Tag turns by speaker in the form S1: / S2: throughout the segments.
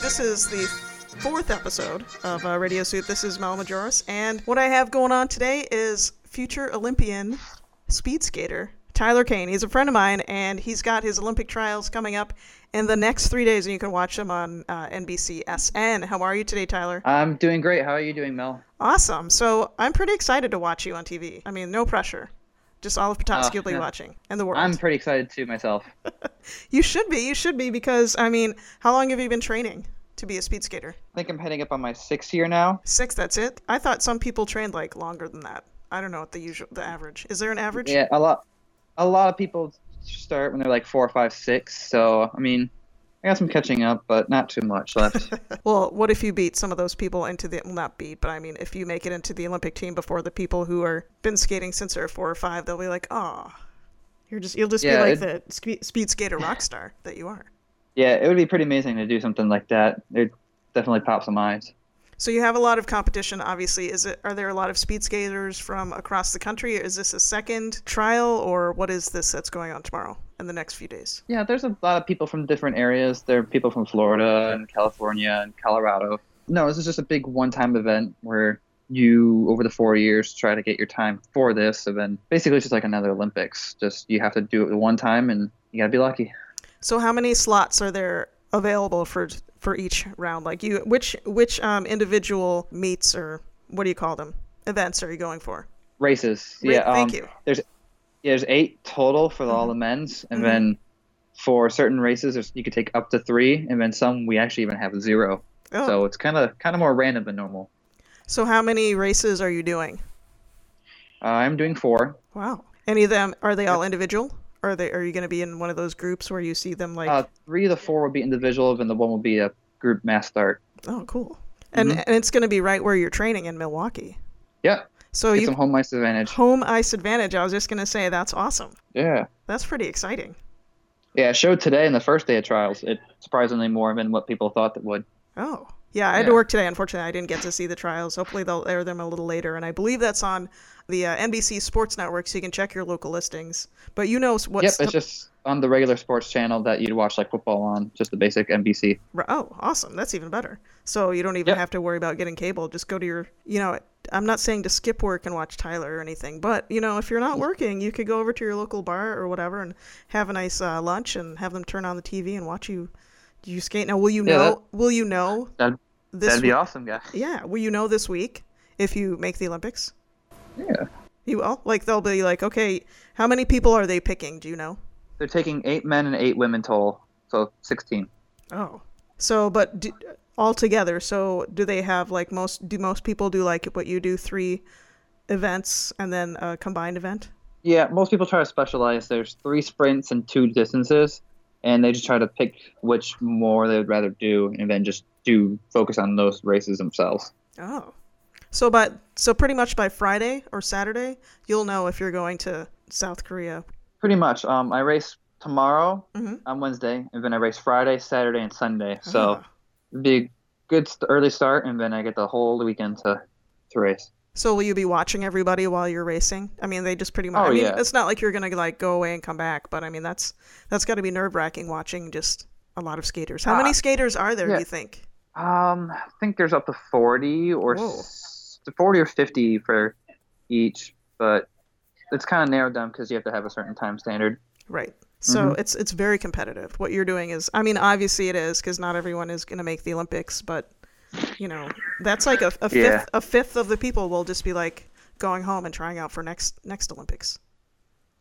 S1: This is the fourth episode of uh, Radio Suit. This is Mal Majoris, and what I have going on today is future Olympian speed skater Tyler Kane. He's a friend of mine, and he's got his Olympic trials coming up in the next three days, and you can watch them on uh, NBCSN. How are you today, Tyler?
S2: I'm doing great. How are you doing, Mel?
S1: Awesome. So I'm pretty excited to watch you on TV. I mean, no pressure. Just all of Petoskey will be
S2: Ah, yeah.
S1: watching, and the world.
S2: I'm pretty excited too myself.
S1: You should be. You should be because I mean, how long have you been training to be a speed skater?
S2: I think I'm heading up on my sixth year now.
S1: Six. That's it. I thought some people trained like longer than that. I don't know what the usual the average is. There an average?
S2: Yeah, a lot, a lot of people start when they're like four, five, six. So I mean, I got some catching up, but not too much left.
S1: Well, what if you beat some of those people into the well, not beat, but I mean, if you make it into the Olympic team before the people who are been skating since they're four or five, they'll be like, oh, you're just you'll just
S2: Yeah,
S1: be like the spe- speed skater rock star that you are.
S2: yeah, it would be pretty amazing to do something like that. It definitely pops some eyes.
S1: So you have a lot of competition, obviously. Is it are there a lot of speed skaters from across the country? Is this a second trial, or what is this that's going on tomorrow and the next few days?
S2: Yeah, there's a lot of people from different areas. There are people from Florida and California and Colorado. No, this is just a big one-time event where you, over the four years, try to get your time for this, and then basically it's just like another Olympics. Just you have to do it one time, and you gotta be lucky.
S1: So how many slots are there available for for each round? Like you, which which um, individual meets or what do you call them? Events are you going for?
S2: Races,
S1: Ra-
S2: yeah.
S1: thank
S2: um,
S1: you. Mm-hmm.
S2: There's, yeah, there's eight total for all the men's, and then for certain races, there's, you could take up to three, and then some we actually even have zero.
S1: Oh.
S2: So it's kind of kind of more random than normal.
S1: So how many races are you doing?
S2: Uh, I'm doing four.
S1: Wow. Any of them are they all individual? Are they are you going to be in one of those groups where you see them like
S2: Uh, three of the four will be individual, and the one will be a group mass start.
S1: oh cool. And and it's going to be right where you're training in Milwaukee.
S2: mm-hmm. Yeah,
S1: So
S2: get
S1: you
S2: some home ice advantage.
S1: home ice advantage. I was just going to say that's awesome.
S2: Yeah,
S1: That's pretty exciting.
S2: yeah. It showed today in the first day of trials. It surprisingly more than what people thought that would.
S1: Oh. Yeah, I had to
S2: Yeah.
S1: work today. Unfortunately, I didn't get to see the trials. Hopefully, they'll air them a little later. And I believe that's on the uh, NBC Sports Network, so you can check your local listings. But you know what's
S2: Yep, it's just on the regular sports channel that you'd watch like football on, just the basic NBC.
S1: Ri- Oh, awesome. That's even better. So you don't even
S2: Yep.
S1: have to worry about getting cable. Just go to your, you know, I'm not saying to skip work and watch Tyler or anything, but, you know, if you're not working, you could go over to your local bar or whatever and have a nice uh, lunch and have them turn on the TV and watch you you skate. Now, will you
S2: Yeah,
S1: know
S2: that-
S1: will you know
S2: That'd,
S1: this
S2: that'd be
S1: week-
S2: awesome, guy.
S1: Yeah, will you know this week if you make the Olympics?
S2: Yeah.
S1: You will. Like they'll be like, "Okay, how many people are they picking? Do you know?"
S2: They're taking eight men and eight women total, so 16.
S1: Oh. So, but do, all together, so do they have like most, do most people do like what you do, three events and then a combined event?
S2: Yeah, most people try to specialize. There's three sprints and two distances, and they just try to pick which more they would rather do, and then just do focus on those races themselves.
S1: Oh. So, but, so pretty much by Friday or Saturday, you'll know if you're going to South Korea.
S2: Pretty much. Um, I race tomorrow
S1: Mhm.
S2: on Wednesday, and then I race Friday, Saturday, and Sunday. So
S1: Ah.
S2: it'd be a good st- early start, and then I get the whole weekend to to race.
S1: So will you be watching everybody while you're racing? I mean, they just pretty much,
S2: Oh,
S1: I mean,
S2: yeah.
S1: it's not like you're going to like go away and come back, but I mean, that's, that's got to be nerve wracking watching just a lot of skaters. How many skaters are there,
S2: Ah, yeah.
S1: do you think?
S2: Um, I think there's up to forty or
S1: Whoa.
S2: s- forty or fifty for each, but it's kind of narrowed down because you have to have a certain time standard.
S1: Right. So
S2: Mm-hmm.
S1: it's it's very competitive. What you're doing is, I mean, obviously it is because not everyone is going to make the Olympics, but you know, that's like a, a
S2: Yeah.
S1: fifth a fifth of the people will just be like going home and trying out for next next Olympics.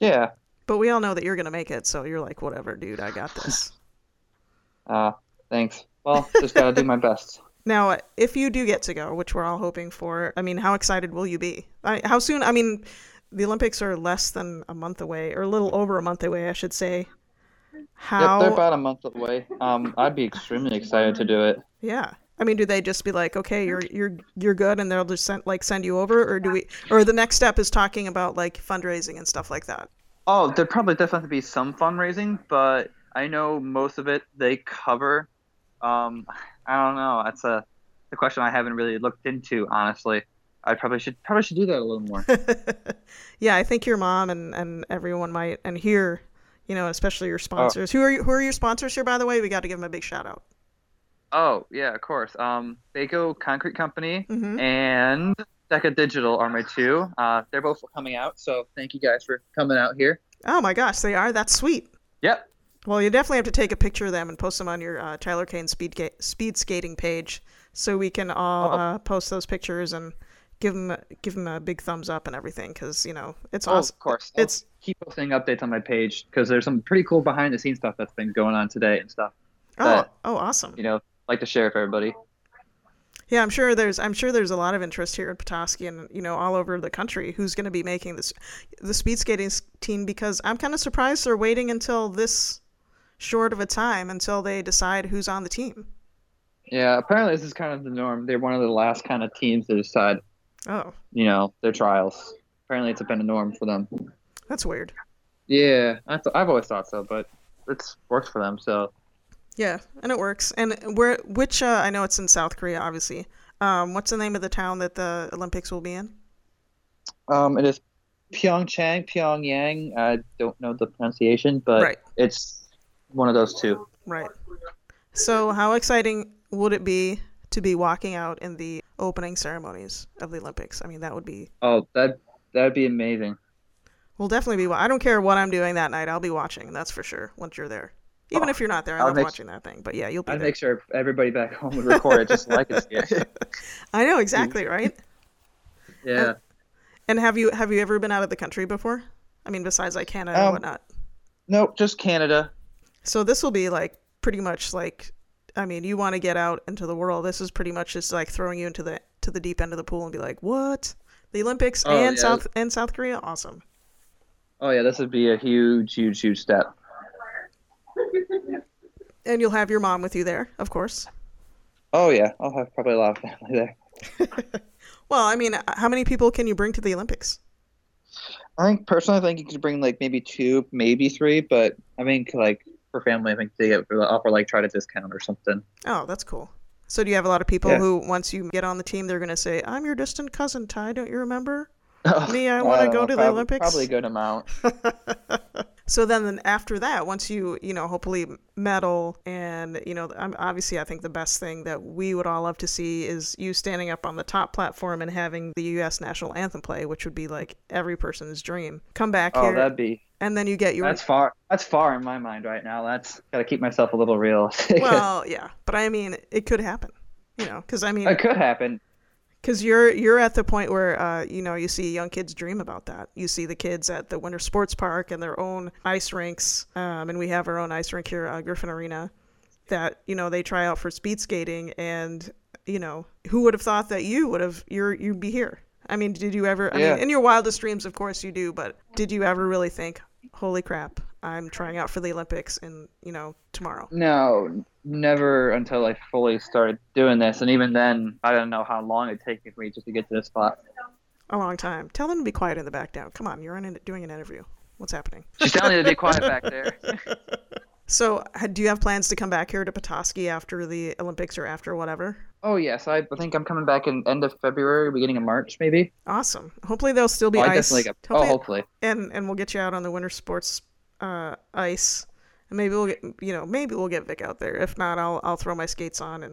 S2: Yeah.
S1: But we all know that you're going to make it, so you're like, whatever, dude, I got this.
S2: Uh, thanks. Well, just gotta do my best.
S1: now, if you do get to go, which we're all hoping for, I mean, how excited will you be? I, how soon? I mean, the Olympics are less than a month away, or a little over a month away, I should say. How?
S2: Yep, they're about a month away. Um, I'd be extremely excited to do it.
S1: Yeah. I mean, do they just be like, okay, you're you're you're good, and they'll just send like send you over, or do we, or the next step is talking about like fundraising and stuff like that?
S2: Oh, there'd probably definitely be some fundraising, but I know most of it they cover. Um, I don't know. That's a the question I haven't really looked into honestly. I probably should probably should do that a little more.
S1: yeah, I think your mom and, and everyone might and here, you know, especially
S2: Uh.
S1: your sponsors. Who are you, who are your sponsors here by the way? We got to give them a big shout out.
S2: oh yeah, of course. Um, Baco Concrete Company
S1: Mhm.
S2: and Deca Digital are my two. Uh, they're both coming out, so thank you guys for coming out here.
S1: Oh my gosh, they are. That's sweet.
S2: Yep.
S1: Well, you definitely have to take a picture of them and post them on your uh, Tyler Kane speed ga- speed skating page, so we can all
S2: Oh.
S1: uh, post those pictures and give them give them a big thumbs up and everything, because you know it's
S2: Oh,
S1: awesome.
S2: of course. I'll
S1: It's
S2: keep posting updates on my page because there's some pretty cool behind the scenes stuff that's been going on today and stuff.
S1: oh
S2: that-
S1: oh awesome.
S2: You know, like to share with everybody.
S1: Yeah, I'm sure there's I'm sure there's a lot of interest here in Petoskey and you know all over the country who's going to be making this the speed skating s- team because I'm kind of surprised they're waiting until this short of a time until they decide who's on the team.
S2: Yeah, apparently this is kind of the norm. They're one of the last kind of teams to decide,
S1: Oh,
S2: you know, their trials. Apparently it's been a norm for them.
S1: that's weird.
S2: Yeah, I th- I've always thought so, but it's worked for them. So
S1: Yeah, and it works. And where which uh, I know it's in South Korea, obviously. Um, what's the name of the town that the Olympics will be in?
S2: um, it is Pyeongchang, Pyongyang. I don't know the pronunciation, but
S1: Right.
S2: it's one of those two.
S1: Right. So how exciting would it be to be walking out in the opening ceremonies of the Olympics? I mean, that would be
S2: Oh, that that'd be amazing.
S1: We'll definitely be. wa- I don't care what I'm doing that night. I'll be watching. That's for sure. Once you're there, even if you're not there, I
S2: I'll
S1: love
S2: make-
S1: watching that thing. But yeah, you'll be
S2: I'd
S1: there.
S2: make sure everybody back home would record it just like it's here.
S1: I know exactly, right?
S2: yeah.
S1: And have you have you ever been out of the country before? I mean, besides like Canada and
S2: Um,
S1: whatnot.
S2: Nope, just Canada.
S1: So this will be like pretty much like, I mean, you want to get out into the world. This is pretty much just like throwing you into the to the deep end of the pool and be like, what? The Olympics
S2: Oh,
S1: and
S2: yeah.
S1: South and South Korea, awesome.
S2: Oh yeah, this would be a huge, huge, huge step.
S1: And you'll have your mom with you there, of course.
S2: Oh yeah, I'll have probably a lot of family there.
S1: Well, I mean, how many people can you bring to the Olympics?
S2: I think personally, I think you could bring like maybe two, maybe three, but I mean, like for family, I think they get uh, offer like try to discount or something.
S1: Oh, that's cool. So do you have a lot of people
S2: Yeah.
S1: who, once you get on the team, they're going to say, "I'm your distant cousin, Ty. Don't you remember?" Me, I
S2: Oh,
S1: wanna
S2: don't
S1: go
S2: know,
S1: to the
S2: prob-
S1: Olympics.
S2: Probably good amount.
S1: So then, then after that, once you, you know, hopefully medal, and you know, I'm, obviously, I think the best thing that we would all love to see is you standing up on the top platform and having the U.S. national anthem play, which would be like every person's dream. Come back
S2: Oh,
S1: here,
S2: that'd be
S1: and then you get your
S2: that's far. That's far in my mind right now. That's gotta keep myself a little real.
S1: well, yeah. But I mean, it could happen, you know, because I mean,
S2: it could happen.
S1: Because you're you're at the point where uh, you know you see young kids dream about that. You see the kids at the winter sports park and their own ice rinks, um, and we have our own ice rink here, uh, Griffin Arena, that you know they try out for speed skating, and you know who would have thought that you would have you're you'd be here. I mean, did you ever? I
S2: Yeah.
S1: mean, in your wildest dreams, of course you do, but did you ever really think, holy crap, I'm trying out for the Olympics in you know tomorrow?
S2: No, never until I fully started doing this, and even then, I don't know how long it'd take me just to get to this spot.
S1: A long time. Tell them to be quiet in the back now. Come on, you're in, doing an interview. What's happening?
S2: She's telling you to be quiet back there.
S1: So, ha- do you have plans to come back here to Petoskey after the Olympics or after whatever?
S2: Oh yes, I think I'm coming back in end of February, beginning of March, maybe.
S1: Awesome. Hopefully, there'll still be
S2: oh, I
S1: ice.
S2: definitely. Got, oh,
S1: Hopefully-
S2: hopefully.
S1: and and we'll get you out on the winter sports uh, ice. And maybe we'll get you know maybe we'll get Vic out there. If not, I'll I'll throw my skates on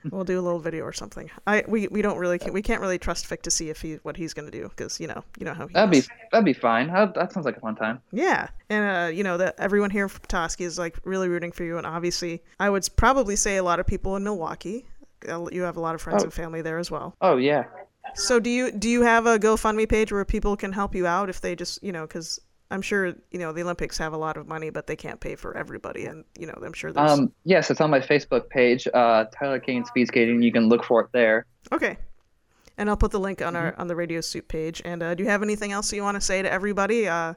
S1: and we'll do a little video or something. I we, we don't really we can't really trust Vic to see if he what he's gonna do because you know you know how he
S2: That'd
S1: is.
S2: be that'd be fine. That, that sounds like a fun time.
S1: Yeah, and uh, you know that everyone here from Petoskey is like really rooting for you, and obviously, I would s- probably say a lot of people in Milwaukee. Uh, You have a lot of friends
S2: Oh.
S1: and family there as well.
S2: Oh yeah.
S1: So do you do you have a GoFundMe page where people can help you out if they just you know because I'm sure you know the Olympics have a lot of money, but they can't pay for everybody, and you know I'm sure there's
S2: Um. Yes, it's on my Facebook page, uh, Tyler Kane Speed Skating. You can look for it there.
S1: okay. And I'll put the link on our
S2: mm-hmm.
S1: on the Radio Suit page. And uh, do you have anything else you want to say to everybody? Uh,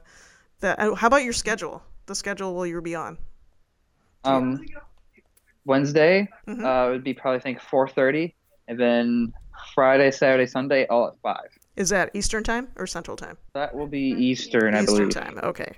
S1: that uh, how about your schedule? The schedule will you be on?
S2: Um, Wednesday
S1: Mhm.
S2: uh, would be probably I think 4:30, and then Friday, Saturday, Sunday, all at five.
S1: Is that Eastern time or Central time?
S2: That will be Eastern, I
S1: Eastern
S2: believe.
S1: time. Okay.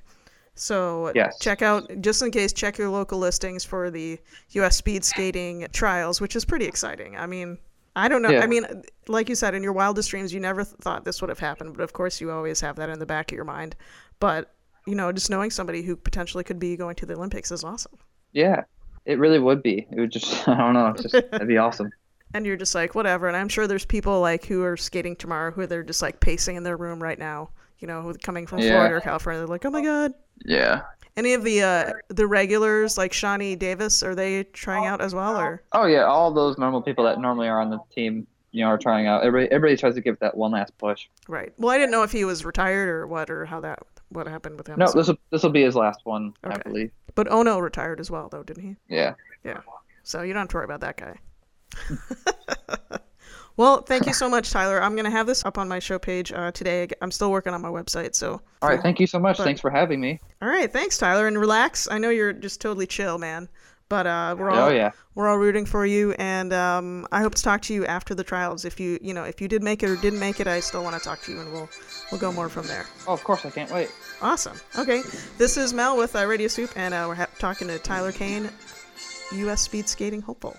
S1: So
S2: Yes.
S1: check out just in case check your local listings for the US speed skating trials, which is pretty exciting. I mean, I don't know.
S2: Yeah.
S1: I mean, like you said, in your wildest dreams, you never th- thought this would have happened, but of course, you always have that in the back of your mind. But you know, just knowing somebody who potentially could be going to the Olympics is awesome.
S2: Yeah, it really would be. It would just, I don't know, it's just, it'd be awesome.
S1: And you're just like, whatever. And I'm sure there's people like who are skating tomorrow who they're just like pacing in their room right now. You know, who- coming from
S2: Yeah.
S1: Florida or California, they're like, oh my god.
S2: Yeah.
S1: Any of the uh, the regulars like Shawnee Davis, are they trying out as well? Or
S2: Oh yeah, all those normal people that normally are on the team, you know, are trying out. Everybody, everybody tries to give that one last push.
S1: right? Well, I didn't know if he was retired or what, or how that what happened with him.
S2: No,
S1: so-
S2: this will this will be his last one, I
S1: Okay.
S2: believe.
S1: But Ono retired as well, though, didn't he?
S2: Yeah.
S1: So you don't have to worry about that guy. well, thank you so much, Tyler. I'm going to have this up on my show page uh, today. I'm still working on my website, so.
S2: All right, thank you so much.
S1: But-
S2: Thanks for having me.
S1: All right, thanks, Tyler, and relax. I know you're just totally chill, man. But uh, we're all
S2: Oh yeah.
S1: we're all rooting for you, and um, I hope to talk to you after the trials. If you you know if you did make it or didn't make it, I still want to talk to you, and we'll we'll go more from there.
S2: Oh, of course, I can't wait.
S1: Awesome. Okay, this is Mel with uh, Radio Soup, and uh, we're ha- talking to Tyler Kane, U.S. speed skating hopeful.